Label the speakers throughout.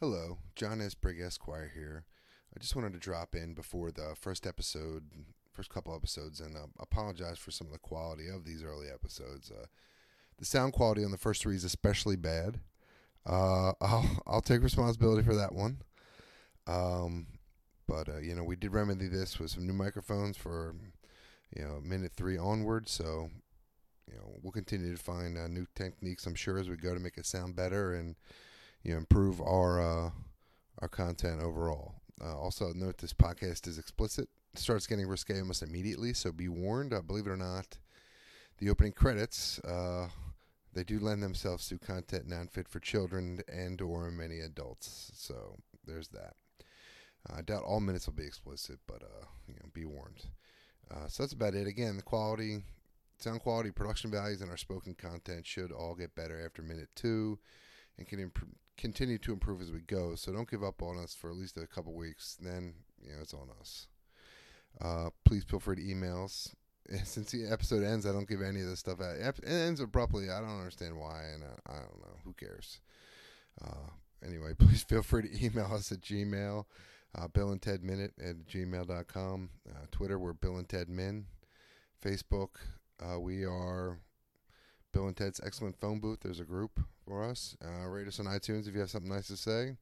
Speaker 1: Hello, John Esbrig Esquire here. I just wanted to drop in before the first episode, first couple episodes, and uh, apologize for some of the quality of these early episodes. Uh, the sound quality on the first three is especially bad. Uh, I'll, I'll take responsibility for that one. Um, but, uh, you know, we did remedy this with some new microphones for, you know, minute three onward. So, you know, we'll continue to find uh, new techniques, I'm sure, as we go to make it sound better and, you know, improve our, uh, our content overall. Uh, also, note this podcast is explicit. It starts getting risque almost immediately, so be warned. Uh, believe it or not, the opening credits uh, they do lend themselves to content not fit for children and or many adults. So there's that. Uh, I doubt all minutes will be explicit, but uh, you know, be warned. Uh, so that's about it. Again, the quality, sound quality, production values, and our spoken content should all get better after minute two, and can imp- continue to improve as we go. So don't give up on us for at least a couple weeks. Then you know it's on us. Uh, please feel free to email us. Since the episode ends, I don't give any of this stuff out. Ep- It ends abruptly. I don't understand why, and I, I don't know. Who cares? Uh, anyway, please feel free to email us at Gmail, uh, Bill and Ted Minute at gmail.com. Uh, Twitter, we're Bill and Ted Min. Facebook, uh, we are Bill and Ted's Excellent Phone Booth. There's a group for us. Uh, rate us on iTunes if you have something nice to say.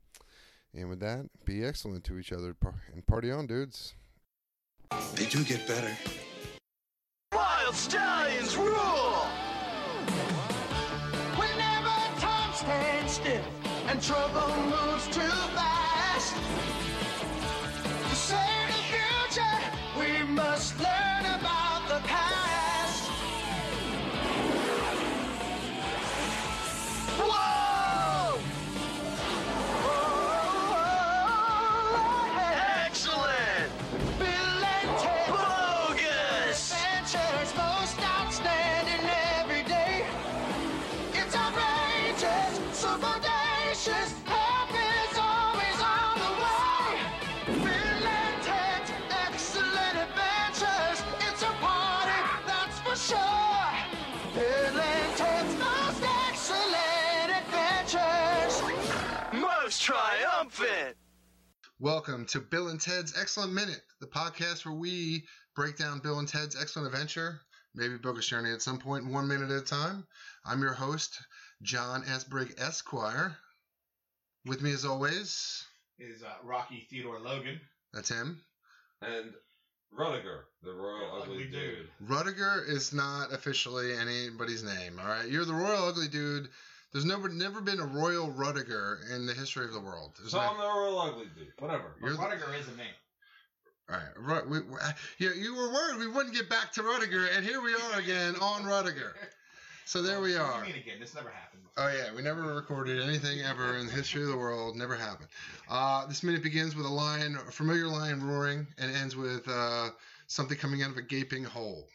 Speaker 1: And with that, be excellent to each other par- and party on, dudes.
Speaker 2: They do get better.
Speaker 3: Wild Stallions rule! Whenever time stands stiff and trouble moves too fast, to save the future, we must learn about the past. Whoa! Excellent! Belated! Bogus! Sanchez, most outstanding every day. It's outrageous, so bodacious. Help is always on the way. Belated, excellent adventures. It's a party, that's for sure. Belated, most excellent adventures. Most triumphant!
Speaker 1: Welcome to Bill and Ted's Excellent Minute, the podcast where we break down Bill and Ted's excellent adventure, maybe bogus journey at some point, one minute at a time. I'm your host, John Esbrig Esquire. With me, as always,
Speaker 4: is uh, Rocky Theodore Logan.
Speaker 1: that's him.
Speaker 5: and Rudiger, the royal
Speaker 4: Yeah,
Speaker 5: ugly
Speaker 4: ugly
Speaker 5: dude.
Speaker 4: dude.
Speaker 1: Rudiger is not officially anybody's name. All right, you're the royal ugly dude. There's never never been a royal Rudiger in the history of the world. There's
Speaker 5: So
Speaker 1: no-
Speaker 5: I'm the royal ugly dude. Whatever.
Speaker 1: You're the-
Speaker 4: Rudiger is a man.
Speaker 1: All right, Ru- we, we, I- you, you were worried we wouldn't get back to Rudiger, and here we are again on Rudiger. So there we
Speaker 4: What
Speaker 1: are.
Speaker 4: do you mean again? This never happened. Before.
Speaker 1: Oh yeah, we never recorded anything ever in the history of the world. Never happened. Uh, this minute begins with a lion, a familiar lion roaring, and ends with uh, something coming out of a gaping hole.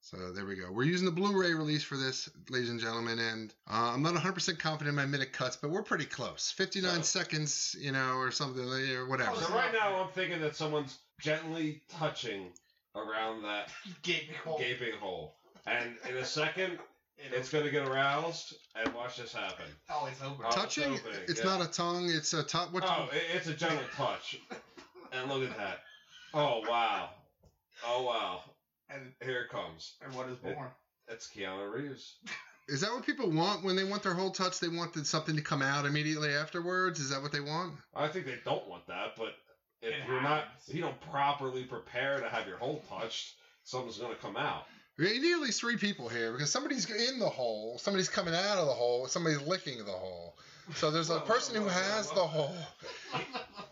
Speaker 1: So there we go. We're using the Blu-ray release for this, ladies and gentlemen, and uh, I'm not 100% confident in my minute cuts, but we're pretty close. 59
Speaker 5: So-
Speaker 1: seconds, you know, or something, or whatever.
Speaker 5: So right now I'm thinking that someone's gently touching around that
Speaker 4: Gaping hole.
Speaker 5: gaping hole. And in a second, it's going to get aroused, and watch this happen.
Speaker 4: oh, it's over.
Speaker 5: Oh, it's
Speaker 1: Touching?
Speaker 5: opening,
Speaker 1: It's
Speaker 5: yeah.
Speaker 1: not a tongue. It's a top. What?
Speaker 5: Oh, it, it's a gentle touch. And look at that. Oh, wow. Oh, wow.
Speaker 4: and,
Speaker 5: Here it comes.
Speaker 4: and what is born?
Speaker 5: It's Keanu Reeves.
Speaker 1: Is that what people want when they want their whole touch? They want that something to come out immediately afterwards. Is that what they want?
Speaker 5: I think they don't want that, but if
Speaker 4: It
Speaker 5: you're not,
Speaker 4: happens.
Speaker 5: if you don't properly prepare to have your hole touched, something's going to come out.
Speaker 1: We need at least three people here because somebody's in the hole, somebody's coming out of the hole, somebody's licking the hole. So there's a
Speaker 5: Whoa,
Speaker 1: person who
Speaker 5: whoa, whoa,
Speaker 1: has
Speaker 5: whoa.
Speaker 1: the hole.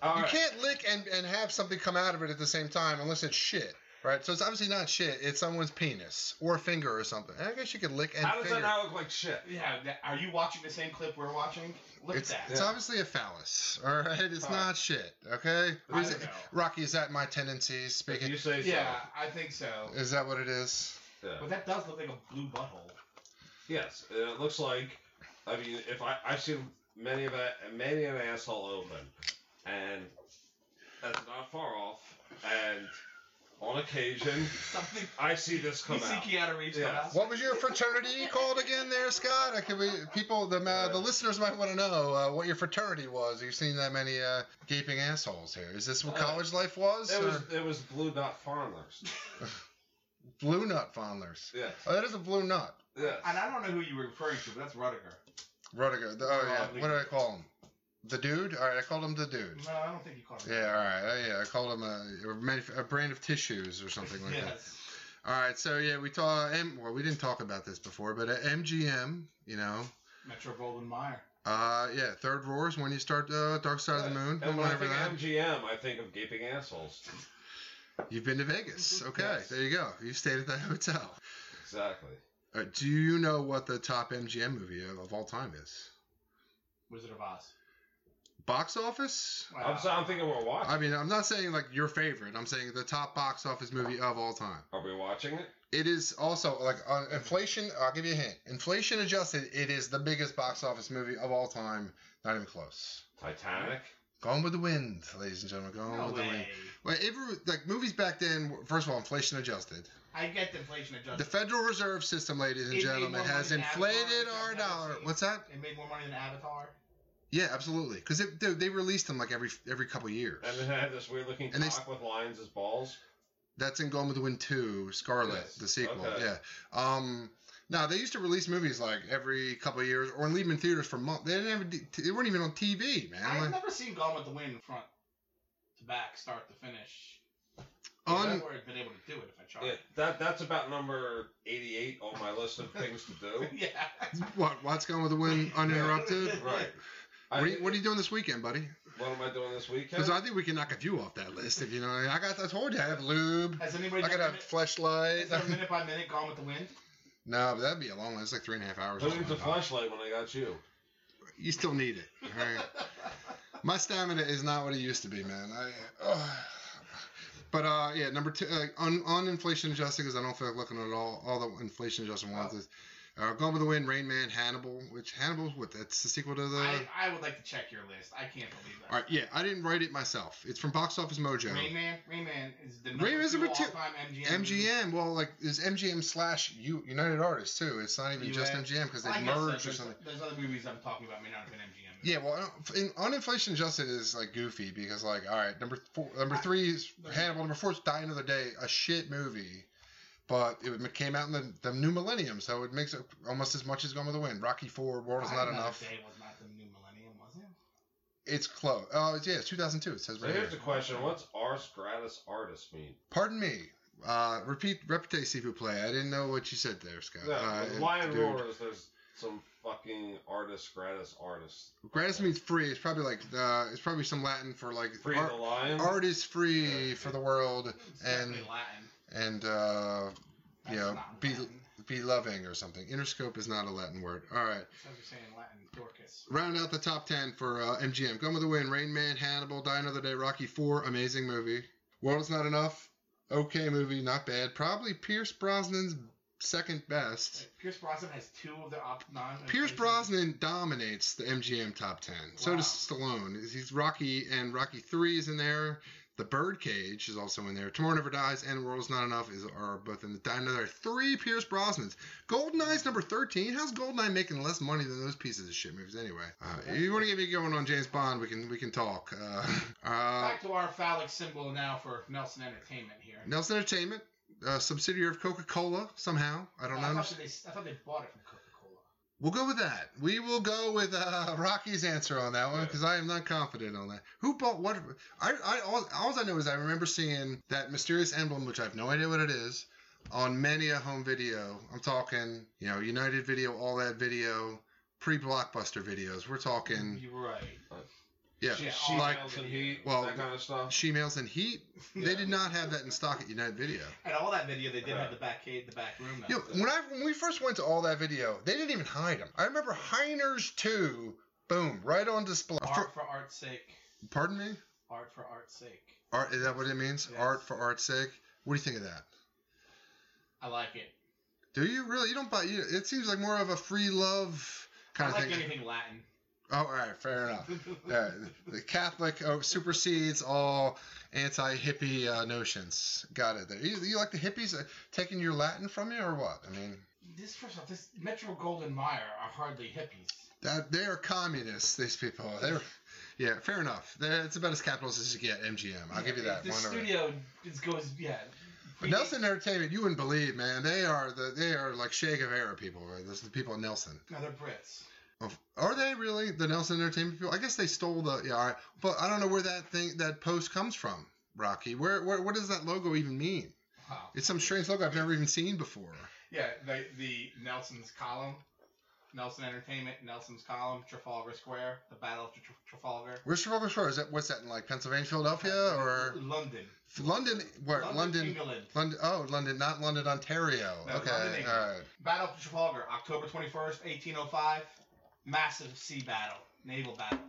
Speaker 5: All
Speaker 1: you
Speaker 5: right.
Speaker 1: can't lick and, and have something come out of it at the same time unless it's shit, right? So it's obviously not shit. It's someone's penis or a finger or something. I guess you could lick and
Speaker 5: How does
Speaker 1: finger.
Speaker 5: that now look like shit?
Speaker 4: Yeah. That, are you watching the same clip we're watching? Look
Speaker 1: It's,
Speaker 4: at that.
Speaker 1: it's
Speaker 5: Yeah.
Speaker 1: obviously a phallus, all right? It's
Speaker 5: All right.
Speaker 1: not shit, okay?
Speaker 4: I
Speaker 1: Is
Speaker 4: don't
Speaker 1: it-
Speaker 4: know.
Speaker 1: Rocky, is that my tendencies
Speaker 5: If
Speaker 1: speaking?
Speaker 5: you say so.
Speaker 4: Yeah, I think so.
Speaker 1: Is that what it is?
Speaker 5: Yeah.
Speaker 4: But that does look like a blue butthole.
Speaker 5: Yes, and it looks like. I mean, if I I've seen many of a many an asshole open, and that's not far off, and on occasion,
Speaker 4: Something.
Speaker 5: I see this come
Speaker 4: you
Speaker 5: out.
Speaker 4: see Keanu Reeves
Speaker 5: Yeah.
Speaker 4: come out.
Speaker 1: What was your fraternity called again, there, Scott? I could we, people, the uh, the listeners might want to know uh, what your fraternity was. You've seen that many uh, gaping assholes here. Is this what
Speaker 5: Uh,
Speaker 1: college life was?
Speaker 5: It was
Speaker 1: or
Speaker 5: it was blue dot farmers.
Speaker 1: blue nut fondlers.
Speaker 5: Yes.
Speaker 1: Oh, that is a blue nut.
Speaker 5: Yes.
Speaker 4: And I don't know who you were referring to, but that's Rudiger.
Speaker 1: Rudiger. The- oh yeah.
Speaker 5: Rodney.
Speaker 1: What did I call him? The dude. All right, I called him the dude.
Speaker 4: No, I don't think you called him.
Speaker 1: Yeah. All right. Uh, yeah, I called him a, a, manuf- a brand of tissues or something like that.
Speaker 4: yes.
Speaker 1: All right, so yeah, we talk. M- well, we didn't talk about this before, but uh, MGM, you know,
Speaker 4: Metro Golden Meyer.
Speaker 1: uh, yeah, third roar is when you start uh, Dark Side of the Moon.
Speaker 5: And when I
Speaker 1: whenever
Speaker 5: think
Speaker 1: that,
Speaker 5: MGM, I think of gaping assholes.
Speaker 1: you've been to Vegas. Okay,
Speaker 5: Mm-hmm. Yes.
Speaker 1: there you go. You stayed at that hotel.
Speaker 5: Exactly.
Speaker 1: All right, do you know what the top MGM movie of, of all time is?
Speaker 4: Wizard of Oz.
Speaker 1: Box office?
Speaker 5: I'm, so, I'm thinking we're watching.
Speaker 1: I mean, I'm not saying like your favorite. I'm saying the top box office movie of all time.
Speaker 5: Are we watching it?
Speaker 1: It is also like on inflation. I'll give you a hint. Inflation adjusted, it is the biggest box office movie of all time. Not even close.
Speaker 5: Titanic.
Speaker 1: Gone with the wind, ladies and gentlemen. Gone
Speaker 4: No
Speaker 1: with the wind.
Speaker 4: way.
Speaker 1: Well, every, like movies back then, were- first of all, inflation adjusted.
Speaker 4: I get the inflation
Speaker 1: The
Speaker 4: adjustment.
Speaker 1: Federal Reserve System, ladies and
Speaker 4: It made
Speaker 1: gentlemen,
Speaker 4: more
Speaker 1: has
Speaker 4: money than
Speaker 1: inflated
Speaker 4: Avatar,
Speaker 1: our
Speaker 4: which I've never
Speaker 1: dollar.
Speaker 4: seen.
Speaker 1: What's that?
Speaker 4: it made more money than Avatar.
Speaker 1: Yeah, absolutely. Because they, they released them like every every couple years.
Speaker 5: And then I had this weird looking
Speaker 1: And they
Speaker 5: cock with lines as balls.
Speaker 1: That's in Gone with the Wind Two, Scarlet,
Speaker 5: Yes.
Speaker 1: the sequel.
Speaker 5: Okay.
Speaker 1: Yeah. Um. Now they used to release movies like every couple of years, or leave them in theaters for months. They didn't have. a d- They weren't even on TV, man.
Speaker 4: I've
Speaker 1: Like,
Speaker 4: never seen Gone with the Wind front to back, start to finish.
Speaker 1: on
Speaker 4: I've never been able to do it if I
Speaker 5: Yeah,
Speaker 4: tried.
Speaker 5: that that's about number 88 on my list of things to do.
Speaker 4: Yeah.
Speaker 1: what? What's Gone with the Wind uninterrupted?
Speaker 5: Right. I
Speaker 1: What are, you,
Speaker 5: think-
Speaker 1: what are you doing this weekend, buddy?
Speaker 5: what am I doing this weekend?
Speaker 1: Because I think we can knock a few off that list. If you know, what I mean. I got. I told you I have lube.
Speaker 4: Has anybody
Speaker 1: I got
Speaker 4: done
Speaker 1: a
Speaker 4: minute,
Speaker 1: flashlight.
Speaker 4: is there a minute by minute Gone with the Wind?
Speaker 1: no, but that'd be a long one. It's like three and a half hours.
Speaker 5: Who
Speaker 1: or
Speaker 5: needs a
Speaker 1: something.
Speaker 5: flashlight when I got you?
Speaker 1: You still need it. All right. My stamina is not what it used to be, man. I. ugh. But uh, yeah, number two uh, on on inflation adjusting because I don't feel like looking at all all the inflation adjustment ones. Is, uh, Gone with the Wind, Rain Man, Hannibal. Which Hannibal's what? That's the sequel to the.
Speaker 4: I, I would like to check your list. I can't believe that.
Speaker 1: all right, yeah, I didn't write it myself. It's from Box Office Mojo.
Speaker 4: Rain Man, Rain Man is the
Speaker 1: Rain
Speaker 4: number
Speaker 1: Man's
Speaker 4: two
Speaker 1: number two.
Speaker 4: all-time MGM.
Speaker 1: MGM, well, like is MGM slash U- United Artists too. It's not even just
Speaker 4: Yeah.
Speaker 1: MGM because they
Speaker 4: Well, I guess so.
Speaker 1: merged or
Speaker 4: There's-
Speaker 1: something.
Speaker 4: There's other movies I'm talking about may not have been MGM. movies.
Speaker 1: Yeah, well, I don't- in, on inflation adjusted is like goofy because like all right, number four, number three is Hannibal, number four is Die Another Day, a shit movie, but it would- came out in the, the new millennium, so it makes it almost as much as Gone with the Wind. Rocky Four, World is
Speaker 4: Die
Speaker 1: Not
Speaker 4: Another
Speaker 1: Enough.
Speaker 4: Day was not the new millennium, was it?
Speaker 1: It's close. Oh it's- yeah, it's 2002. It says
Speaker 5: So
Speaker 1: right here.
Speaker 5: here's the question: What's Ars gratis artist mean?
Speaker 1: Pardon me. Uh, repeat, repete, si vous plaît. I didn't know what you said there, Scott.
Speaker 5: Yeah,
Speaker 1: uh,
Speaker 5: with Lion
Speaker 1: dude.
Speaker 5: Roars, there's some fucking artist gratis artist.
Speaker 1: Gratis means free. It's probably like uh, it's probably some Latin for like
Speaker 5: Free
Speaker 1: art,
Speaker 5: the Lion.
Speaker 1: art is free for the world
Speaker 4: It's
Speaker 1: And-
Speaker 4: definitely Latin.
Speaker 1: and uh,
Speaker 4: That's
Speaker 1: you know
Speaker 4: not
Speaker 1: be
Speaker 4: Latin.
Speaker 1: be loving or something. Interscope is not a Latin word. All right,
Speaker 4: That's what you're saying Latin, Dorcas.
Speaker 1: round out the top ten for uh, MGM. Gone with the Wind, Rain Man, Hannibal, Die Another Day, Rocky Four, amazing movie. World is not enough. Okay movie, not bad. Probably Pierce Brosnan's second best.
Speaker 4: Pierce Brosnan has two of the op- non.
Speaker 1: Pierce Brosnan dominates the MGM top ten. So
Speaker 4: Wow.
Speaker 1: does Stallone. He's Rocky and Rocky Three is in there. The Birdcage is also in there. Tomorrow Never Dies and World's Not Enough is are both in the die another three Pierce Brosnans. Goldeneye's number thirteen. How's Goldeneye making less money than those pieces of shit movies anyway? Uh, if you want to get me going on James Bond? We can we can talk. Uh, uh,
Speaker 4: Back to our phallic symbol now for Nelson Entertainment here.
Speaker 1: Nelson Entertainment, uh, subsidiary of Coca Cola somehow. I don't
Speaker 4: Oh, I,
Speaker 1: know.
Speaker 4: thought they, I thought they bought it from Coca Cola.
Speaker 1: We'll go with that. We will go with uh, Rocky's answer on that one because I am not confident on that. Who bought what? I, I all, all I know is I remember seeing that mysterious emblem, which I have no idea what it is, on many a home video. I'm talking, you know, United Video, all that video, pre-blockbuster videos. We're talking,
Speaker 4: You're right.
Speaker 1: yeah,
Speaker 4: Yeah,
Speaker 5: she
Speaker 1: like
Speaker 5: nails and heat,
Speaker 1: Well,
Speaker 5: that kind of stuff.
Speaker 1: she males and heat. They did not have that in stock at United Video.
Speaker 4: And all that video, they did have the back the back room.
Speaker 1: Yo,
Speaker 4: Though.
Speaker 1: when I when we first went to all that video, they didn't even hide them. I remember Heiner's two, boom, right on display. For-
Speaker 4: art for art's sake.
Speaker 1: pardon me.
Speaker 4: Art for art's sake.
Speaker 1: Art is that what it means?
Speaker 4: Yes.
Speaker 1: Art for art's sake. What do you think of that?
Speaker 4: I like it.
Speaker 1: Do you really? You don't buy. You, it seems like more of a free love kind
Speaker 4: I
Speaker 1: of
Speaker 4: like
Speaker 1: thing.
Speaker 4: anything Latin.
Speaker 1: Oh, all right, fair enough. All right. The Catholic uh, supersedes all anti-hippie uh, notions. Got it. There. You, you like the hippies uh, taking your Latin from you, or what? I mean,
Speaker 4: This first off, this Metro Golden Meyer are hardly hippies.
Speaker 1: that they are communists. These people. They're, yeah, fair enough. They're, it's about as capitalist as you get. MGM. I'll give you that.
Speaker 4: The
Speaker 1: One or-
Speaker 4: studio just goes yeah.
Speaker 1: But Nelson Entertainment, you wouldn't believe, man. They are the they are like Che Guevara people. Right? Those are the people at Nelson.
Speaker 4: No, they're Brits.
Speaker 1: Of- Are they really the Nelson Entertainment people? I guess they stole the yeah. All right. But I don't know where that thing that post comes from, Rocky. Where, where what does that logo even mean?
Speaker 4: Wow.
Speaker 1: It's some strange logo I've never even seen before.
Speaker 4: Yeah, the the Nelson's column, Nelson Entertainment, Nelson's column, Trafalgar Square, the Battle of Tra- Tra- Trafalgar.
Speaker 1: Where's Trafalgar Square? Is that what's that in like Pennsylvania, Philadelphia, or
Speaker 4: London.
Speaker 1: London? Where
Speaker 4: London,
Speaker 1: London?
Speaker 4: England.
Speaker 1: London. Oh, London, not London, Ontario.
Speaker 4: No,
Speaker 1: okay.
Speaker 4: London, England.
Speaker 1: all right.
Speaker 4: Battle of Trafalgar, October 21st, 1805. Massive sea battle, naval battle.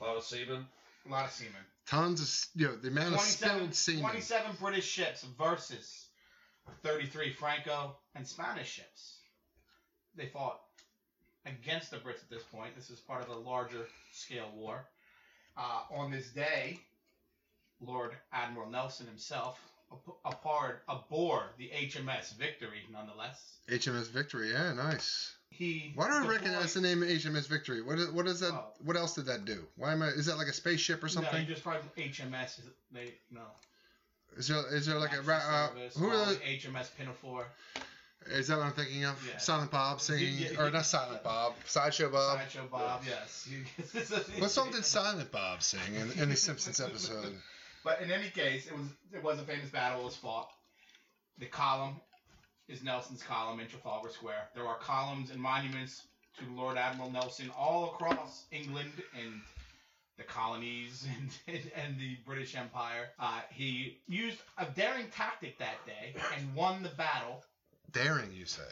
Speaker 5: A lot of semen.
Speaker 4: A lot of seamen.
Speaker 1: Tons of s- you know the amount of spilled semen.
Speaker 4: 27 British ships versus 33 Franco and Spanish ships. They fought against the Brits at this point. This is part of a larger scale war. Uh, on this day, Lord Admiral Nelson himself ap- aboard, aboard the HMS Victory, nonetheless.
Speaker 1: HMS Victory. Yeah, nice.
Speaker 4: He
Speaker 1: Why do I
Speaker 4: deployed-
Speaker 1: recognize the name HMS Victory? What is, what is that?
Speaker 4: Oh.
Speaker 1: What else did that do? Why am I? Is that like a spaceship or
Speaker 4: No, you
Speaker 1: something?
Speaker 4: just probably HMS. is- They no.
Speaker 1: is there is there like a
Speaker 4: Action
Speaker 1: ra- uh,
Speaker 4: service,
Speaker 1: who are
Speaker 4: all
Speaker 1: the,
Speaker 4: the HMS Pinafore?
Speaker 1: is that what I'm thinking of?
Speaker 4: Yeah.
Speaker 1: Silent Bob singing
Speaker 4: Yeah, yeah,
Speaker 1: or
Speaker 4: yeah.
Speaker 1: not Silent Bob, Sideshow Bob.
Speaker 4: Sideshow Bob, yes.
Speaker 1: What song did Silent Bob sing in, in the Simpsons episode?
Speaker 4: But in any case, it was it was a famous battle. It was fought. The column is Nelson's column in Trafalgar Square. There are columns and monuments to Lord Admiral Nelson all across England and the colonies and, and, and the British Empire. Uh, he used a daring tactic that day and won the battle,
Speaker 1: Daring, you say?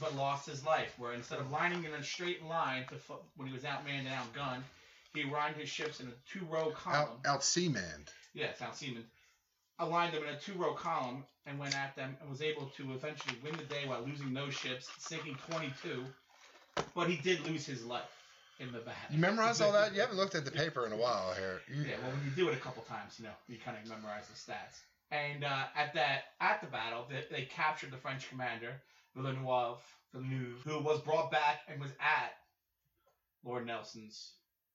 Speaker 4: but lost his life. Where instead of lining in a straight line to fo- when he was outmanned and outgunned, he lined his ships in a two-row column.
Speaker 1: Out out seaman.
Speaker 4: Yeah, it's not Siemens. Aligned them in a two-row column and went at them and was able to eventually win the day while losing no ships, sinking 22. But he did lose his life in the battle.
Speaker 1: You memorized all that? You haven't looked at the paper in a while here. You-
Speaker 4: Yeah, well, when you do it a couple times, you know, you kind of memorize the stats. And uh, at that, at the battle, they, they captured the French commander Villeneuve, Villeneuve, who was brought back and was at Lord Nelson's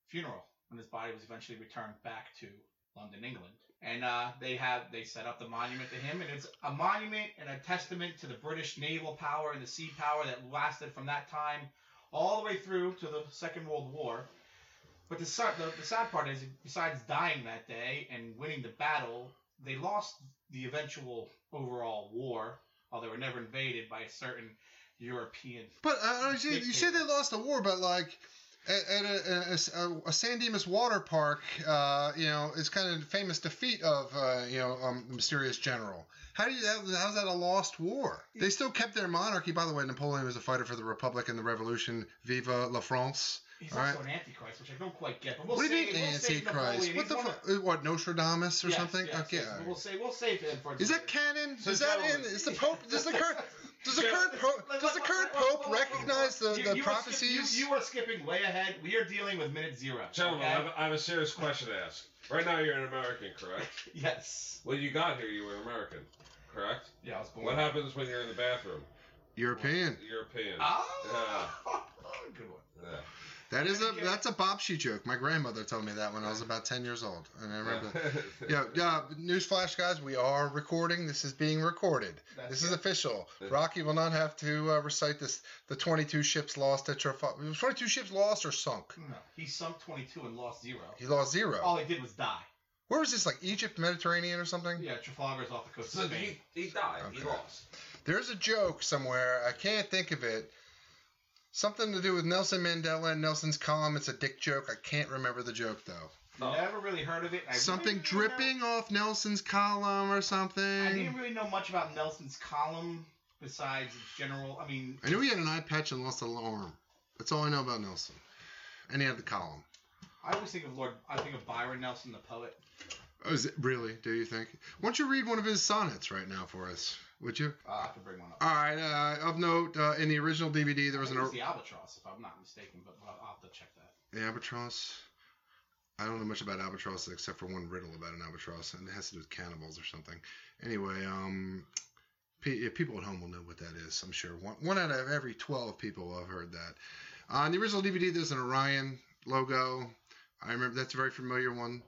Speaker 4: funeral when his body was eventually returned back to London, England. And uh, they have they set up the monument to him, and it's a monument and a testament to the British naval power and the sea power that lasted from that time all the way through to the Second World War. But the sad, the, the sad part is, besides dying that day and winning the battle, they lost the eventual overall war, although they were never invaded by a certain European.
Speaker 1: But I don't see, you say they lost the war, but like at, at a, a, a San Dimas water park, uh, you know, it's kind of famous defeat of uh, you know um, the mysterious general. How do you that, how's that a lost war? They still kept their monarchy. By the way, Napoleon was a fighter for the Republic and the Revolution. Viva la France!
Speaker 4: He's
Speaker 1: All
Speaker 4: also an antichrist, which I don't quite get. But we'll
Speaker 1: what do you
Speaker 4: save,
Speaker 1: mean
Speaker 4: we'll save
Speaker 1: Antichrist?
Speaker 4: Napoleon.
Speaker 1: What
Speaker 4: He's
Speaker 1: the
Speaker 4: one
Speaker 1: fuck?
Speaker 4: of-
Speaker 1: What Nostradamus or
Speaker 4: Yes,
Speaker 1: something?
Speaker 4: yes,
Speaker 1: okay.
Speaker 4: yes. We'll say we'll save him for.
Speaker 1: Is that canon?
Speaker 5: So
Speaker 1: is that in?
Speaker 5: gentlemen-
Speaker 1: Is the Pope? Does the current? Does the current Pope? Does the current Pope recognize the,
Speaker 4: You-
Speaker 1: the
Speaker 4: you are skip- you-
Speaker 1: prophecies?
Speaker 4: you, are skipping way ahead. We are dealing with minute zero.
Speaker 5: Gentlemen,
Speaker 4: okay?
Speaker 5: I, have, I have a serious question to ask. Right now, you're an American, correct?
Speaker 4: yes.
Speaker 5: When you got here, you were American, correct?
Speaker 4: Yeah, I was born.
Speaker 5: What happens when you're in the bathroom?
Speaker 1: European.
Speaker 5: European.
Speaker 4: Ah, good one.
Speaker 5: Yeah.
Speaker 1: That is a that's a Bobshy joke. My grandmother told me that when I was about ten years old, and I remember. that. Yeah, yeah. Newsflash, guys, we are recording. This is being recorded.
Speaker 4: That's
Speaker 1: this is
Speaker 4: it.
Speaker 1: official. Rocky will not have to uh, recite this. The twenty-two ships lost at Trafalgar. Twenty-two ships lost or sunk.
Speaker 4: No, he sunk 22 and lost zero.
Speaker 1: He lost zero.
Speaker 4: All he did was die.
Speaker 1: Where was this? Like Egypt, Mediterranean, or something?
Speaker 4: Yeah, Trafalgar's off the coast
Speaker 5: So
Speaker 4: of Spain.
Speaker 5: he, he died. He
Speaker 1: Okay.
Speaker 5: lost.
Speaker 1: There's a joke somewhere. I can't think of it. Something to do with Nelson Mandela and Nelson's column. It's a dick joke. I can't remember the joke though.
Speaker 5: Oh.
Speaker 4: Never really heard of it. I
Speaker 1: something
Speaker 4: really didn't know-
Speaker 1: dripping off Nelson's column or something.
Speaker 4: I didn't really know much about Nelson's column besides its general. I mean,
Speaker 1: I knew he had an eye patch and lost a little arm. That's all I know about Nelson. And he had the column.
Speaker 4: I always think of Lord. I think of Byron Nelson, the poet.
Speaker 1: Oh, is it really? Do you think? Why don't you read one of his sonnets right now for us? Would you?
Speaker 4: Uh, I have to bring one up.
Speaker 1: All right. Uh, of note, uh, in the original DVD, there was
Speaker 4: It
Speaker 1: an.
Speaker 4: was the albatross, if I'm not mistaken, but I'll I'll have to check that.
Speaker 1: The albatross. I don't know much about albatrosses except for one riddle about an albatross, and it has to do with cannibals or something. Anyway, um, pe- yeah, people at home will know what that is, I'm sure. One, one out of every 12 people have heard that. On the original DVD, there's an Orion logo. I remember that's a very familiar one.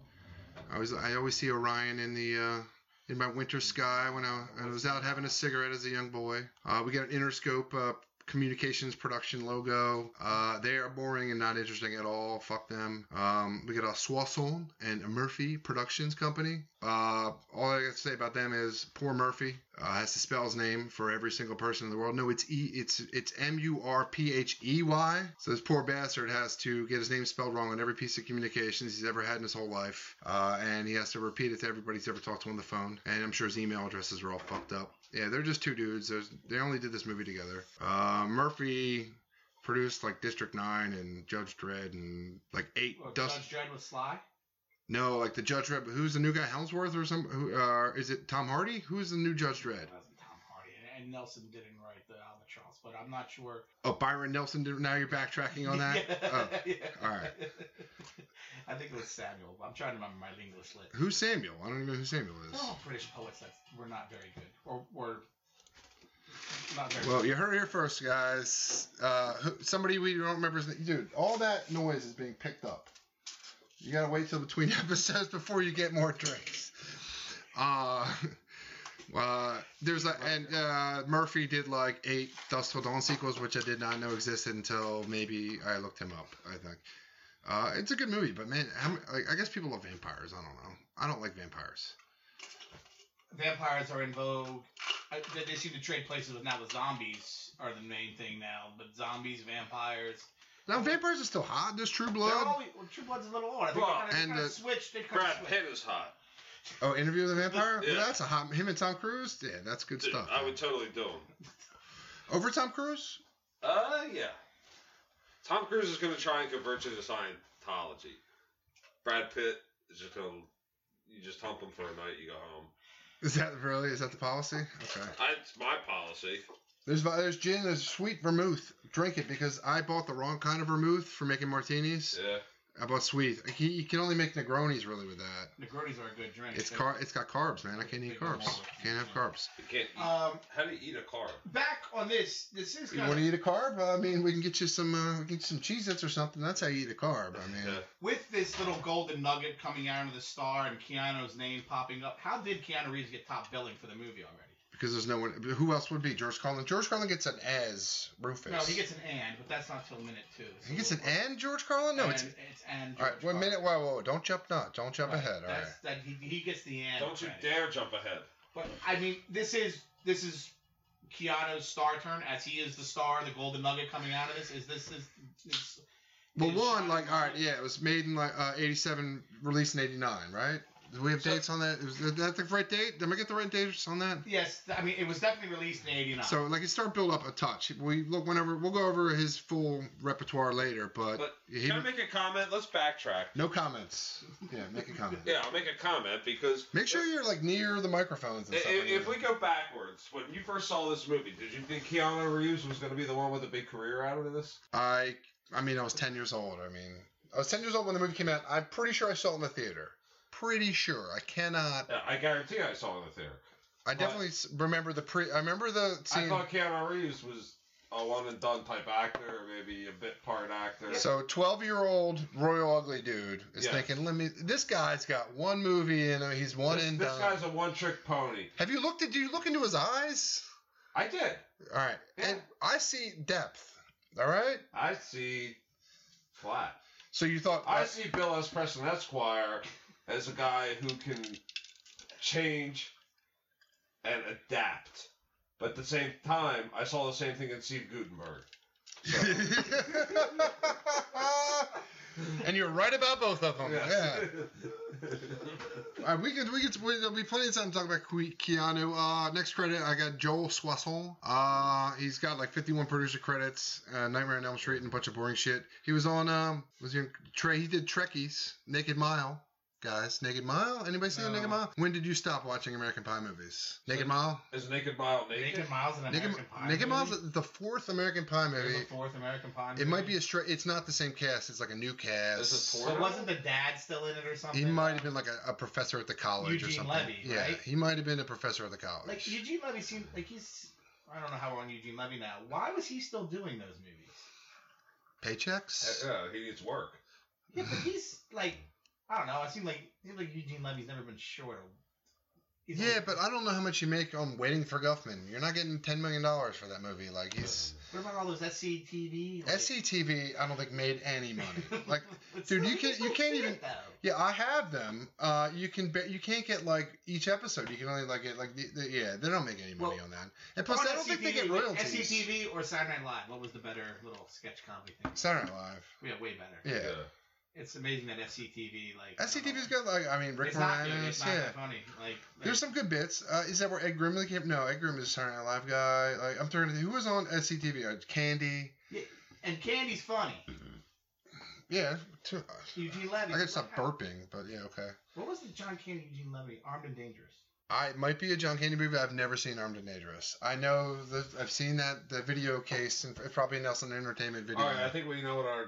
Speaker 1: I always I always see Orion in the uh, in my winter sky when I, I was out having a cigarette as a young boy. Uh, we got an Interscope uh, communications production logo. Uh, they are boring and not interesting at all. Fuck them. Um, we got a Soisson and a Murphy Productions company. Uh, all I got to say about them is poor Murphy uh, has to spell his name for every single person in the world. No, it's e it's it's M U R P H E Y. So this poor bastard has to get his name spelled wrong on every piece of communications he's ever had in his whole life, uh, and he has to repeat it to everybody he's ever talked to on the phone. And I'm sure his email addresses are all fucked up. Yeah, they're just two dudes. There's, they only did this movie together. Uh, Murphy produced like District Nine and Judge Dredd and like eight.
Speaker 4: Well,
Speaker 1: dozen-
Speaker 4: Judge Dredd with Sly.
Speaker 1: no, like the Judge Dredd. Who's the new guy? Helmsworth or some? Who, uh, is it Tom Hardy? Who's the new Judge Dredd?
Speaker 4: That wasn't Tom Hardy, and- and Nelson didn't write the albatross, but I'm not sure.
Speaker 1: Oh, Byron Nelson. did- Now you're backtracking on that. Oh.
Speaker 4: Yeah.
Speaker 1: all right.
Speaker 4: I think it was Samuel. but I'm trying to remember my linguist lit.
Speaker 1: Who's Samuel? I don't even know who Samuel
Speaker 4: They're
Speaker 1: is.
Speaker 4: all British poets that were not very good, or were not very.
Speaker 1: Well, you heard it here first, guys. Uh, who- somebody we don't remember his name. Dude, all that noise is being picked up. You gotta wait till between episodes before you get more drinks. Uh, uh, there's like, and uh, Murphy did like eight Dust Till Dawn sequels, which I did not know existed until maybe I looked him up. I think uh, it's a good movie, but man, how, m- like, I guess people love vampires. I don't know. I don't like vampires.
Speaker 4: vampires are in vogue. I, they, they seem to trade places with now the zombies are the main thing now, but zombies, vampires.
Speaker 1: Now vampires are still hot. There's True
Speaker 4: They're
Speaker 1: Blood.
Speaker 4: all, well, True Blood's a little old. I think
Speaker 5: Blood.
Speaker 4: they kinda,
Speaker 1: And,
Speaker 4: they kinda
Speaker 1: uh,
Speaker 4: switched. They kinda
Speaker 5: Brad
Speaker 4: switched.
Speaker 5: Pitt is hot.
Speaker 1: Oh, Interview with a Vampire?
Speaker 5: Yeah.
Speaker 1: Well, that's a hot. Him and Tom Cruise? Yeah, that's good
Speaker 5: Dude,
Speaker 1: stuff.
Speaker 5: I
Speaker 1: man.
Speaker 5: would totally do him.
Speaker 1: Over Tom Cruise?
Speaker 5: Uh, yeah. Tom Cruise is going to try and convert you to Scientology. Brad Pitt is just going to. You just hump him for a night, you go home.
Speaker 1: Is that really? Is that the policy? Okay.
Speaker 5: I, it's my policy.
Speaker 1: There's vi- there's gin, there's sweet vermouth. Drink it because I bought the wrong kind of vermouth for making martinis.
Speaker 5: Yeah.
Speaker 1: I bought sweet. Like, You you can only make Negronis really with that.
Speaker 4: Negronis are a good drink.
Speaker 1: It's
Speaker 4: They-
Speaker 1: car. It's got carbs, man. I can't eat carbs. Can't have carbs.
Speaker 5: You can't eat.
Speaker 4: Um,
Speaker 5: how do you eat a carb?
Speaker 4: back on this. This is
Speaker 1: You
Speaker 4: kind
Speaker 1: want to
Speaker 4: of,
Speaker 1: eat a carb? I mean, we can get you some. Uh, we can get you some Cheez-Its or something. That's how you eat a carb. I mean,
Speaker 5: Yeah.
Speaker 4: with this little golden nugget coming out of the star and Keanu's name popping up. How did Keanu Reeves get top billing for the movie already?
Speaker 1: because there's no one. Who else would be George Carlin? George Carlin gets an as Rufus.
Speaker 4: No, he gets an and, but that's not till minute two. It's
Speaker 1: He
Speaker 4: a
Speaker 1: gets an
Speaker 4: little-
Speaker 1: and George Carlin? No,
Speaker 4: and,
Speaker 1: it's
Speaker 4: it's and.
Speaker 1: all right.
Speaker 4: George
Speaker 1: One
Speaker 4: Carlin.
Speaker 1: minute. Whoa, whoa, whoa, Don't jump. Not. Don't jump
Speaker 4: Right,
Speaker 1: ahead. All right.
Speaker 4: that's, That he, he gets the and.
Speaker 5: Don't you
Speaker 4: credit.
Speaker 5: dare jump ahead.
Speaker 4: But I mean, this is this is Keanu's star turn as he is the star, the golden nugget coming out of this. Is this is, is
Speaker 1: Well,
Speaker 4: is
Speaker 1: one
Speaker 4: Sean-
Speaker 1: like all right. Yeah, it was made in like uh, '87, released in '89, right? Do we have
Speaker 4: So-
Speaker 1: dates on that? Is that the right date? Did I get the right dates on that?
Speaker 4: Yes, I mean it was definitely released in '89.
Speaker 1: So like it started build up a touch. We look whenever we'll go over his full repertoire later, but,
Speaker 5: But
Speaker 1: he,
Speaker 5: Can I make a comment? Let's backtrack.
Speaker 1: no comments. Yeah, make a comment.
Speaker 5: Yeah, I'll make a comment because.
Speaker 1: Make sure you're like near the microphones and
Speaker 5: I-
Speaker 1: stuff.
Speaker 5: i-
Speaker 1: like
Speaker 5: If
Speaker 1: that.
Speaker 5: we go backwards, when you first saw this movie, did you think Keanu Reeves was going to be the one with a big career out of this?
Speaker 1: I I mean I was ten years old. I mean I was ten years old when the movie came out. I'm pretty sure I saw it in the theater. Pretty sure. I cannot.
Speaker 5: Yeah, Uh, I guarantee I saw it in the theater.
Speaker 1: I definitely s remember the pre. I remember the
Speaker 5: I
Speaker 1: scene.
Speaker 5: thought Keanu Reeves was a one and done type actor, or maybe a bit part actor.
Speaker 1: So twelve year old royal ugly dude is
Speaker 5: Yeah.
Speaker 1: thinking, "Let me. This guy's got one movie in him. He's one
Speaker 5: this,
Speaker 1: and
Speaker 5: this
Speaker 1: done."
Speaker 5: guy's a one trick pony.
Speaker 1: Have you looked at? Do you look into his eyes?
Speaker 5: I did.
Speaker 1: All right, and
Speaker 5: Yeah.
Speaker 1: I see depth. All right.
Speaker 5: I see flat.
Speaker 1: So you thought
Speaker 5: I see Bill S. Preston Esquire as a guy who can change and adapt. But at the same time, I saw the same thing in Steve Gutenberg.
Speaker 1: and you're right about both of them. Yeah. All right, we could we could we, there'll be plenty of time to talk about Ke- Keanu. Uh, next credit I got Joel Soisson. Uh, he's got like 51 producer credits, uh, Nightmare on Elm Street, and a bunch of boring shit. He was on um was he on Trey? He did Trekkies, Naked Mile. guys. Naked Mile. Anybody seen
Speaker 4: No.
Speaker 1: Naked Mile? When did you stop watching American Pie movies? Naked Mile.
Speaker 5: Is Naked Mile naked?
Speaker 4: Naked Miles and American
Speaker 1: Naked,
Speaker 4: Pie.
Speaker 1: Naked
Speaker 4: movie?
Speaker 1: Mile's the fourth American Pie
Speaker 4: There's
Speaker 1: movie.
Speaker 4: a fourth American Pie.
Speaker 1: It might be
Speaker 4: movie.
Speaker 1: a straight. It's not the same cast. It's like a new cast.
Speaker 5: Is it
Speaker 4: So wasn't the dad still in it or something?
Speaker 1: He might have been like a, a professor at the college or
Speaker 4: Eugene
Speaker 1: something.
Speaker 4: Levy,
Speaker 1: yeah,
Speaker 4: right?
Speaker 1: he might have been a professor at the college.
Speaker 4: Like Eugene Levy seems like he's. I don't know how long Eugene Levy now. Why was he still doing those movies?
Speaker 1: Paychecks.
Speaker 4: Uh,
Speaker 5: Yeah, he needs work.
Speaker 4: Yeah, but he's like I don't know. It seemed like it seemed like Eugene Levy's never been short. of- He's
Speaker 1: Yeah,
Speaker 4: like-
Speaker 1: but I don't know how much you make on Waiting for Guffman. You're not getting ten million dollars for that movie. Like he's
Speaker 4: what about all those SCTV? Like,
Speaker 1: SCTV. I don't think made any money. Like dude, you can't- you can't even- yeah, I have them. Uh, you can bet you can't get like each episode. You can only like get like the, the, yeah. They don't make any money
Speaker 4: Well,
Speaker 1: on that. And plus, I don't think they get royalties.
Speaker 4: SCTV or Saturday Night Live. What was the better little sketch comedy thing?
Speaker 1: Saturday Night Live.
Speaker 4: Yeah, way better.
Speaker 1: Yeah.
Speaker 4: It's amazing that FCTV like I don't
Speaker 1: SCTV's
Speaker 4: know.
Speaker 1: got like I mean Rick
Speaker 4: it's not, good,
Speaker 1: Moranis.
Speaker 4: it's not
Speaker 1: yeah.
Speaker 4: that funny. Like
Speaker 1: There's some good bits. Uh, is that where Ed Grimley came? No, Ed Grimley's a Saturday Night Live guy. Like I'm trying to think, who was on SCTV? Uh, Candy.
Speaker 4: and Candy's funny.
Speaker 1: Yeah. Too,
Speaker 4: Eugene
Speaker 1: I
Speaker 4: Levy.
Speaker 1: gotta
Speaker 4: what
Speaker 1: stop
Speaker 4: happened?
Speaker 1: burping, but yeah, okay.
Speaker 4: What was the John Candy Eugene Levy Armed and Dangerous?
Speaker 1: I it might be a John Candy movie. I've never seen Armed and Dangerous. I know that I've seen that the video case and probably Nelson Entertainment video.
Speaker 5: All
Speaker 4: Oh,
Speaker 5: right, I think we know what our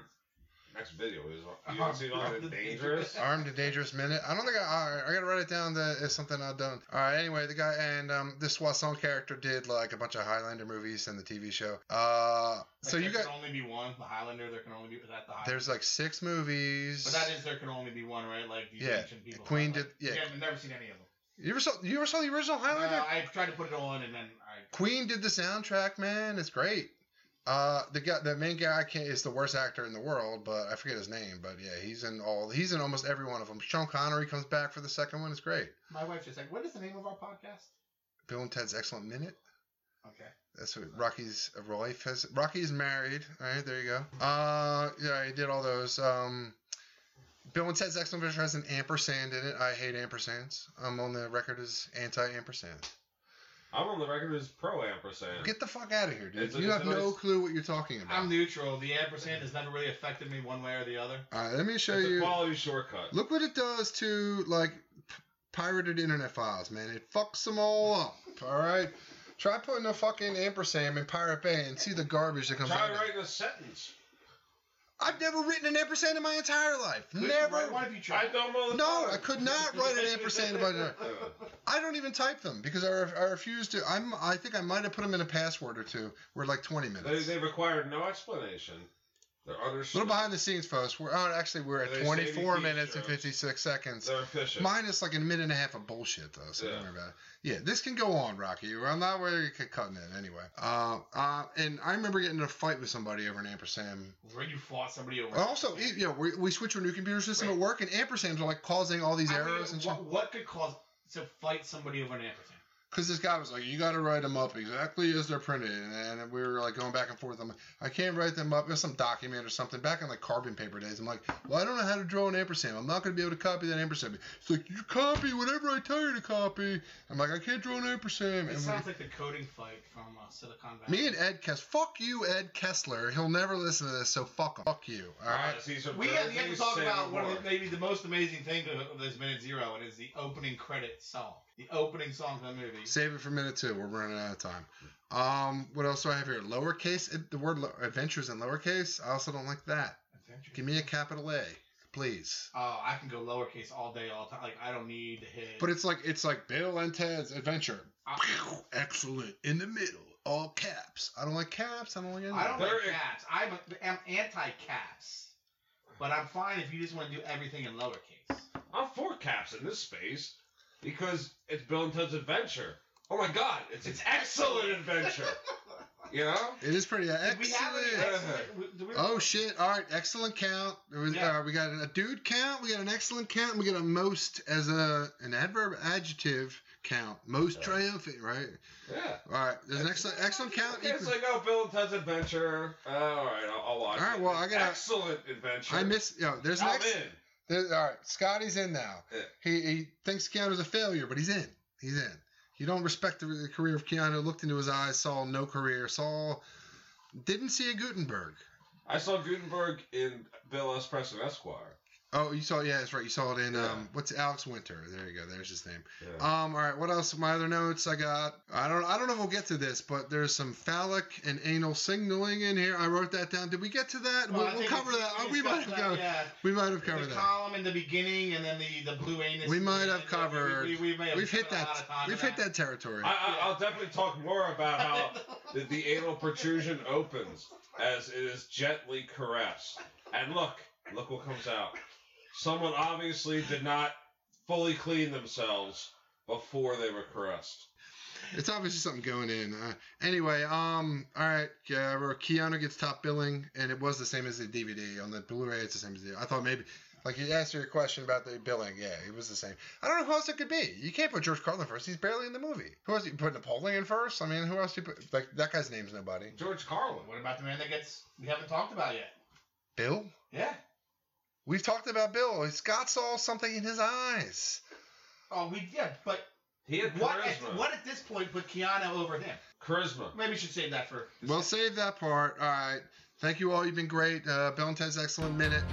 Speaker 5: next video is. You haven't seen all the dangerous.
Speaker 1: Armed and Dangerous Minute. I don't think I, I, I gotta write it down. That is something I've done. All right. Anyway, the guy and um, this Wasson character did like a bunch of Highlander movies and the TV show. Uh, so
Speaker 4: Like,
Speaker 1: you
Speaker 4: there
Speaker 1: got
Speaker 4: can only be one. The Highlander. There can only be is that the Highlander.
Speaker 1: there's like six movies.
Speaker 4: But that is there can only be one, right? Like these
Speaker 1: Yeah,
Speaker 4: ancient people.
Speaker 1: Queen
Speaker 4: Like,
Speaker 1: did- yeah.
Speaker 4: I've never seen any of them.
Speaker 1: You ever saw you ever saw the original Highlander?
Speaker 4: No, I tried to put it on and then I.
Speaker 1: Queen did the soundtrack, man. It's great. Uh, the guy, the main guy, can't, is the worst actor in the world, but I forget his name. But yeah, he's in all. He's in almost every one of them. Sean Connery comes back for the second one. It's great.
Speaker 4: My wife's just like, what is the name of our podcast?
Speaker 1: Bill and Ted's Excellent Minute.
Speaker 4: Okay.
Speaker 1: That's what Rocky's wife has. Rocky's married. All right, there you go. Uh, yeah, he did all those. Um, Bill and Ted's Excellent Adventure has an ampersand in it. I hate ampersands. I'm on the record as anti-ampersand.
Speaker 5: I'm on the record as pro ampersand.
Speaker 1: Get the fuck out of here, dude.
Speaker 5: It's a-
Speaker 1: you
Speaker 5: it's
Speaker 1: have
Speaker 5: a
Speaker 1: no
Speaker 5: nice-
Speaker 1: clue what you're talking about.
Speaker 4: I'm neutral. The ampersand has never really affected me one way or the other.
Speaker 1: All right, let me show
Speaker 5: it's a
Speaker 1: you.
Speaker 5: quality shortcut.
Speaker 1: Look what it does to like p- pirated internet files, man. It fucks them all up. All right. Try putting a fucking ampersand in Pirate Bay and see the garbage that comes out.
Speaker 5: Try
Speaker 1: of it.
Speaker 5: writing a sentence.
Speaker 1: I've never written an ampersand in my entire life. Never.
Speaker 4: Why have you
Speaker 5: I
Speaker 4: tried?
Speaker 5: don't know. the
Speaker 1: No,
Speaker 5: time.
Speaker 1: I could not write an ampersand about it.
Speaker 5: Uh,
Speaker 1: I don't even type them because I, re- I refuse to. I'm. I think I might have put them in a password or two. We're like 20
Speaker 5: They,
Speaker 1: minutes.
Speaker 5: they require no explanation. They're
Speaker 1: A
Speaker 5: understood.
Speaker 1: little behind the scenes, folks. We're oh, actually we're
Speaker 5: They
Speaker 1: at
Speaker 5: say
Speaker 1: 24
Speaker 5: these
Speaker 1: minutes and
Speaker 5: shows-
Speaker 1: 56 seconds.
Speaker 5: They're efficient.
Speaker 1: Minus like a minute and a half of bullshit though, so don't
Speaker 5: Yeah.
Speaker 1: worry about it. Yeah, this can go on, Rocky. I'm not worried about cutting it anyway. Uh, uh, and I remember getting in a fight with somebody over an ampersand.
Speaker 4: Where you fought somebody over.
Speaker 1: Also, e- you know, we, we switched to a new computer system at work, and ampersands are like causing all these
Speaker 4: I mean,
Speaker 1: errors and shit.
Speaker 4: what, what could cause to fight somebody over an ampersand?
Speaker 1: Because this guy was like, "You got to write them up exactly as they're printed," and, and we were like going back and forth. I'm like, "I can't write them up. It's some document or something." Back in like carbon paper days, I'm like, "Well, I don't know how to draw an ampersand. I'm not going to be able to copy that ampersand." It's like, "You copy whatever I tell you to copy." I'm like, "I can't draw an ampersand."
Speaker 4: It
Speaker 1: And we-
Speaker 4: sounds like the coding fight from uh, Silicon Valley.
Speaker 1: me and Ed Kessler, fuck you, Ed Kessler. He'll never listen to this, so fuck him. Fuck you. All right.
Speaker 5: Honest, these are
Speaker 4: We have yet to
Speaker 5: things
Speaker 4: talk
Speaker 5: say
Speaker 4: about
Speaker 5: no
Speaker 4: one of
Speaker 5: more.
Speaker 4: the, maybe the most amazing thing of of this minute zero, and is the opening credit song. The opening song of the movie.
Speaker 1: Save it for minute two. We're running out of time. Um, what else do I have here? Lowercase. it- The word lo- adventures in lowercase. I also don't like that.
Speaker 4: Adventure.
Speaker 1: Give me a capital A, please.
Speaker 4: Oh, I can go lowercase all day, all the time. Like I don't need to hit.
Speaker 1: But it's like it's like Bill and Ted's adventure.
Speaker 4: I,
Speaker 1: Excellent. In the middle, all caps. I don't like caps. I don't like. Anything.
Speaker 4: I don't
Speaker 5: There
Speaker 4: like
Speaker 5: is-
Speaker 4: caps. I'm, I'm anti caps, but I'm fine if you just want to do everything in lowercase.
Speaker 5: I'm four caps in this space because it's Bill and Ted's Adventure. Oh my God, it's it's excellent adventure. you know,
Speaker 1: It is pretty
Speaker 4: Did we have any
Speaker 1: excellent.
Speaker 4: excellent- we- do we-
Speaker 1: Oh shit! All right, excellent count. It was-
Speaker 4: Yeah.
Speaker 1: uh, we got a dude count. We got an excellent count. And we got a most as a an adverb adjective count. Most
Speaker 5: Yeah.
Speaker 1: triumphant, right?
Speaker 5: yeah.
Speaker 1: All right. There's an excellent excellent count.
Speaker 5: Okay, it's
Speaker 1: equals-
Speaker 5: like oh, Bill and Ted's Adventure. Uh, all right, I'll, I'll watch.
Speaker 1: All right,
Speaker 5: it.
Speaker 1: well, I gotta-
Speaker 5: excellent adventure.
Speaker 1: I miss. You know, there's an
Speaker 5: I'm
Speaker 1: ex-
Speaker 5: in.
Speaker 1: there, all right. Scotty's in now.
Speaker 5: Yeah.
Speaker 1: He he thinks Keanu's a failure, but he's in. He's in. You don't respect the, the career of Keanu. Looked into his eyes, saw no career. Saw didn't see a Gutenberg.
Speaker 5: I saw Gutenberg in Bill S. Preston Esquire.
Speaker 1: Oh, you saw. Yeah, that's right. You saw it in
Speaker 5: Yeah.
Speaker 1: um, what's Alex Winter? There you go. There's his name.
Speaker 5: Yeah.
Speaker 1: Um, all right. What else? My other notes I got. I don't. I don't know if we'll get to this, but there's some phallic and anal signaling in here. I wrote that down. Did we get to that?
Speaker 4: Well, I
Speaker 1: we'll we'll
Speaker 4: think
Speaker 1: cover
Speaker 4: we-
Speaker 1: that.
Speaker 4: we
Speaker 1: Oh, We might
Speaker 4: discussed
Speaker 1: have
Speaker 4: that,
Speaker 1: covered.
Speaker 4: yeah.
Speaker 1: We might have
Speaker 4: The
Speaker 1: covered that.
Speaker 4: column in the beginning, and then the, the blue anus.
Speaker 1: We might have
Speaker 4: Yeah,
Speaker 1: covered.
Speaker 4: We, we, we may have
Speaker 1: We've hit
Speaker 4: spent a lot
Speaker 1: that.
Speaker 4: of time
Speaker 1: We've
Speaker 4: on
Speaker 1: hit that territory.
Speaker 5: I, I, I'll definitely talk more about how the, the anal protrusion opens as it is gently caressed. And look, look what comes out. Someone obviously did not fully clean themselves before they were caressed.
Speaker 1: It's obviously something going in. Uh, anyway, um, all right, uh, where Keanu gets top billing, and it was the same as the DVD on the Blu-ray. It's the same as the. I thought maybe, like you asked your question about the billing. Yeah, it was the same. I don't know who else it could be. You can't put George Carlin first. He's barely in the movie. Who else? You put Napoleon first. I mean, who else? You put like that guy's name's nobody.
Speaker 5: George Carlin.
Speaker 4: What about the man that gets we haven't talked about yet?
Speaker 1: Bill.
Speaker 4: Yeah.
Speaker 1: We've talked about Bill. Scott saw something in his eyes.
Speaker 4: Oh, we yeah, but
Speaker 5: He had
Speaker 4: what
Speaker 5: charisma.
Speaker 4: at, what at this point put Keanu over him?
Speaker 5: Charisma.
Speaker 4: Maybe we should save that for
Speaker 1: We'll save that part. All right. Thank you all. You've been great. Uh, Bill and Ted's excellent minute.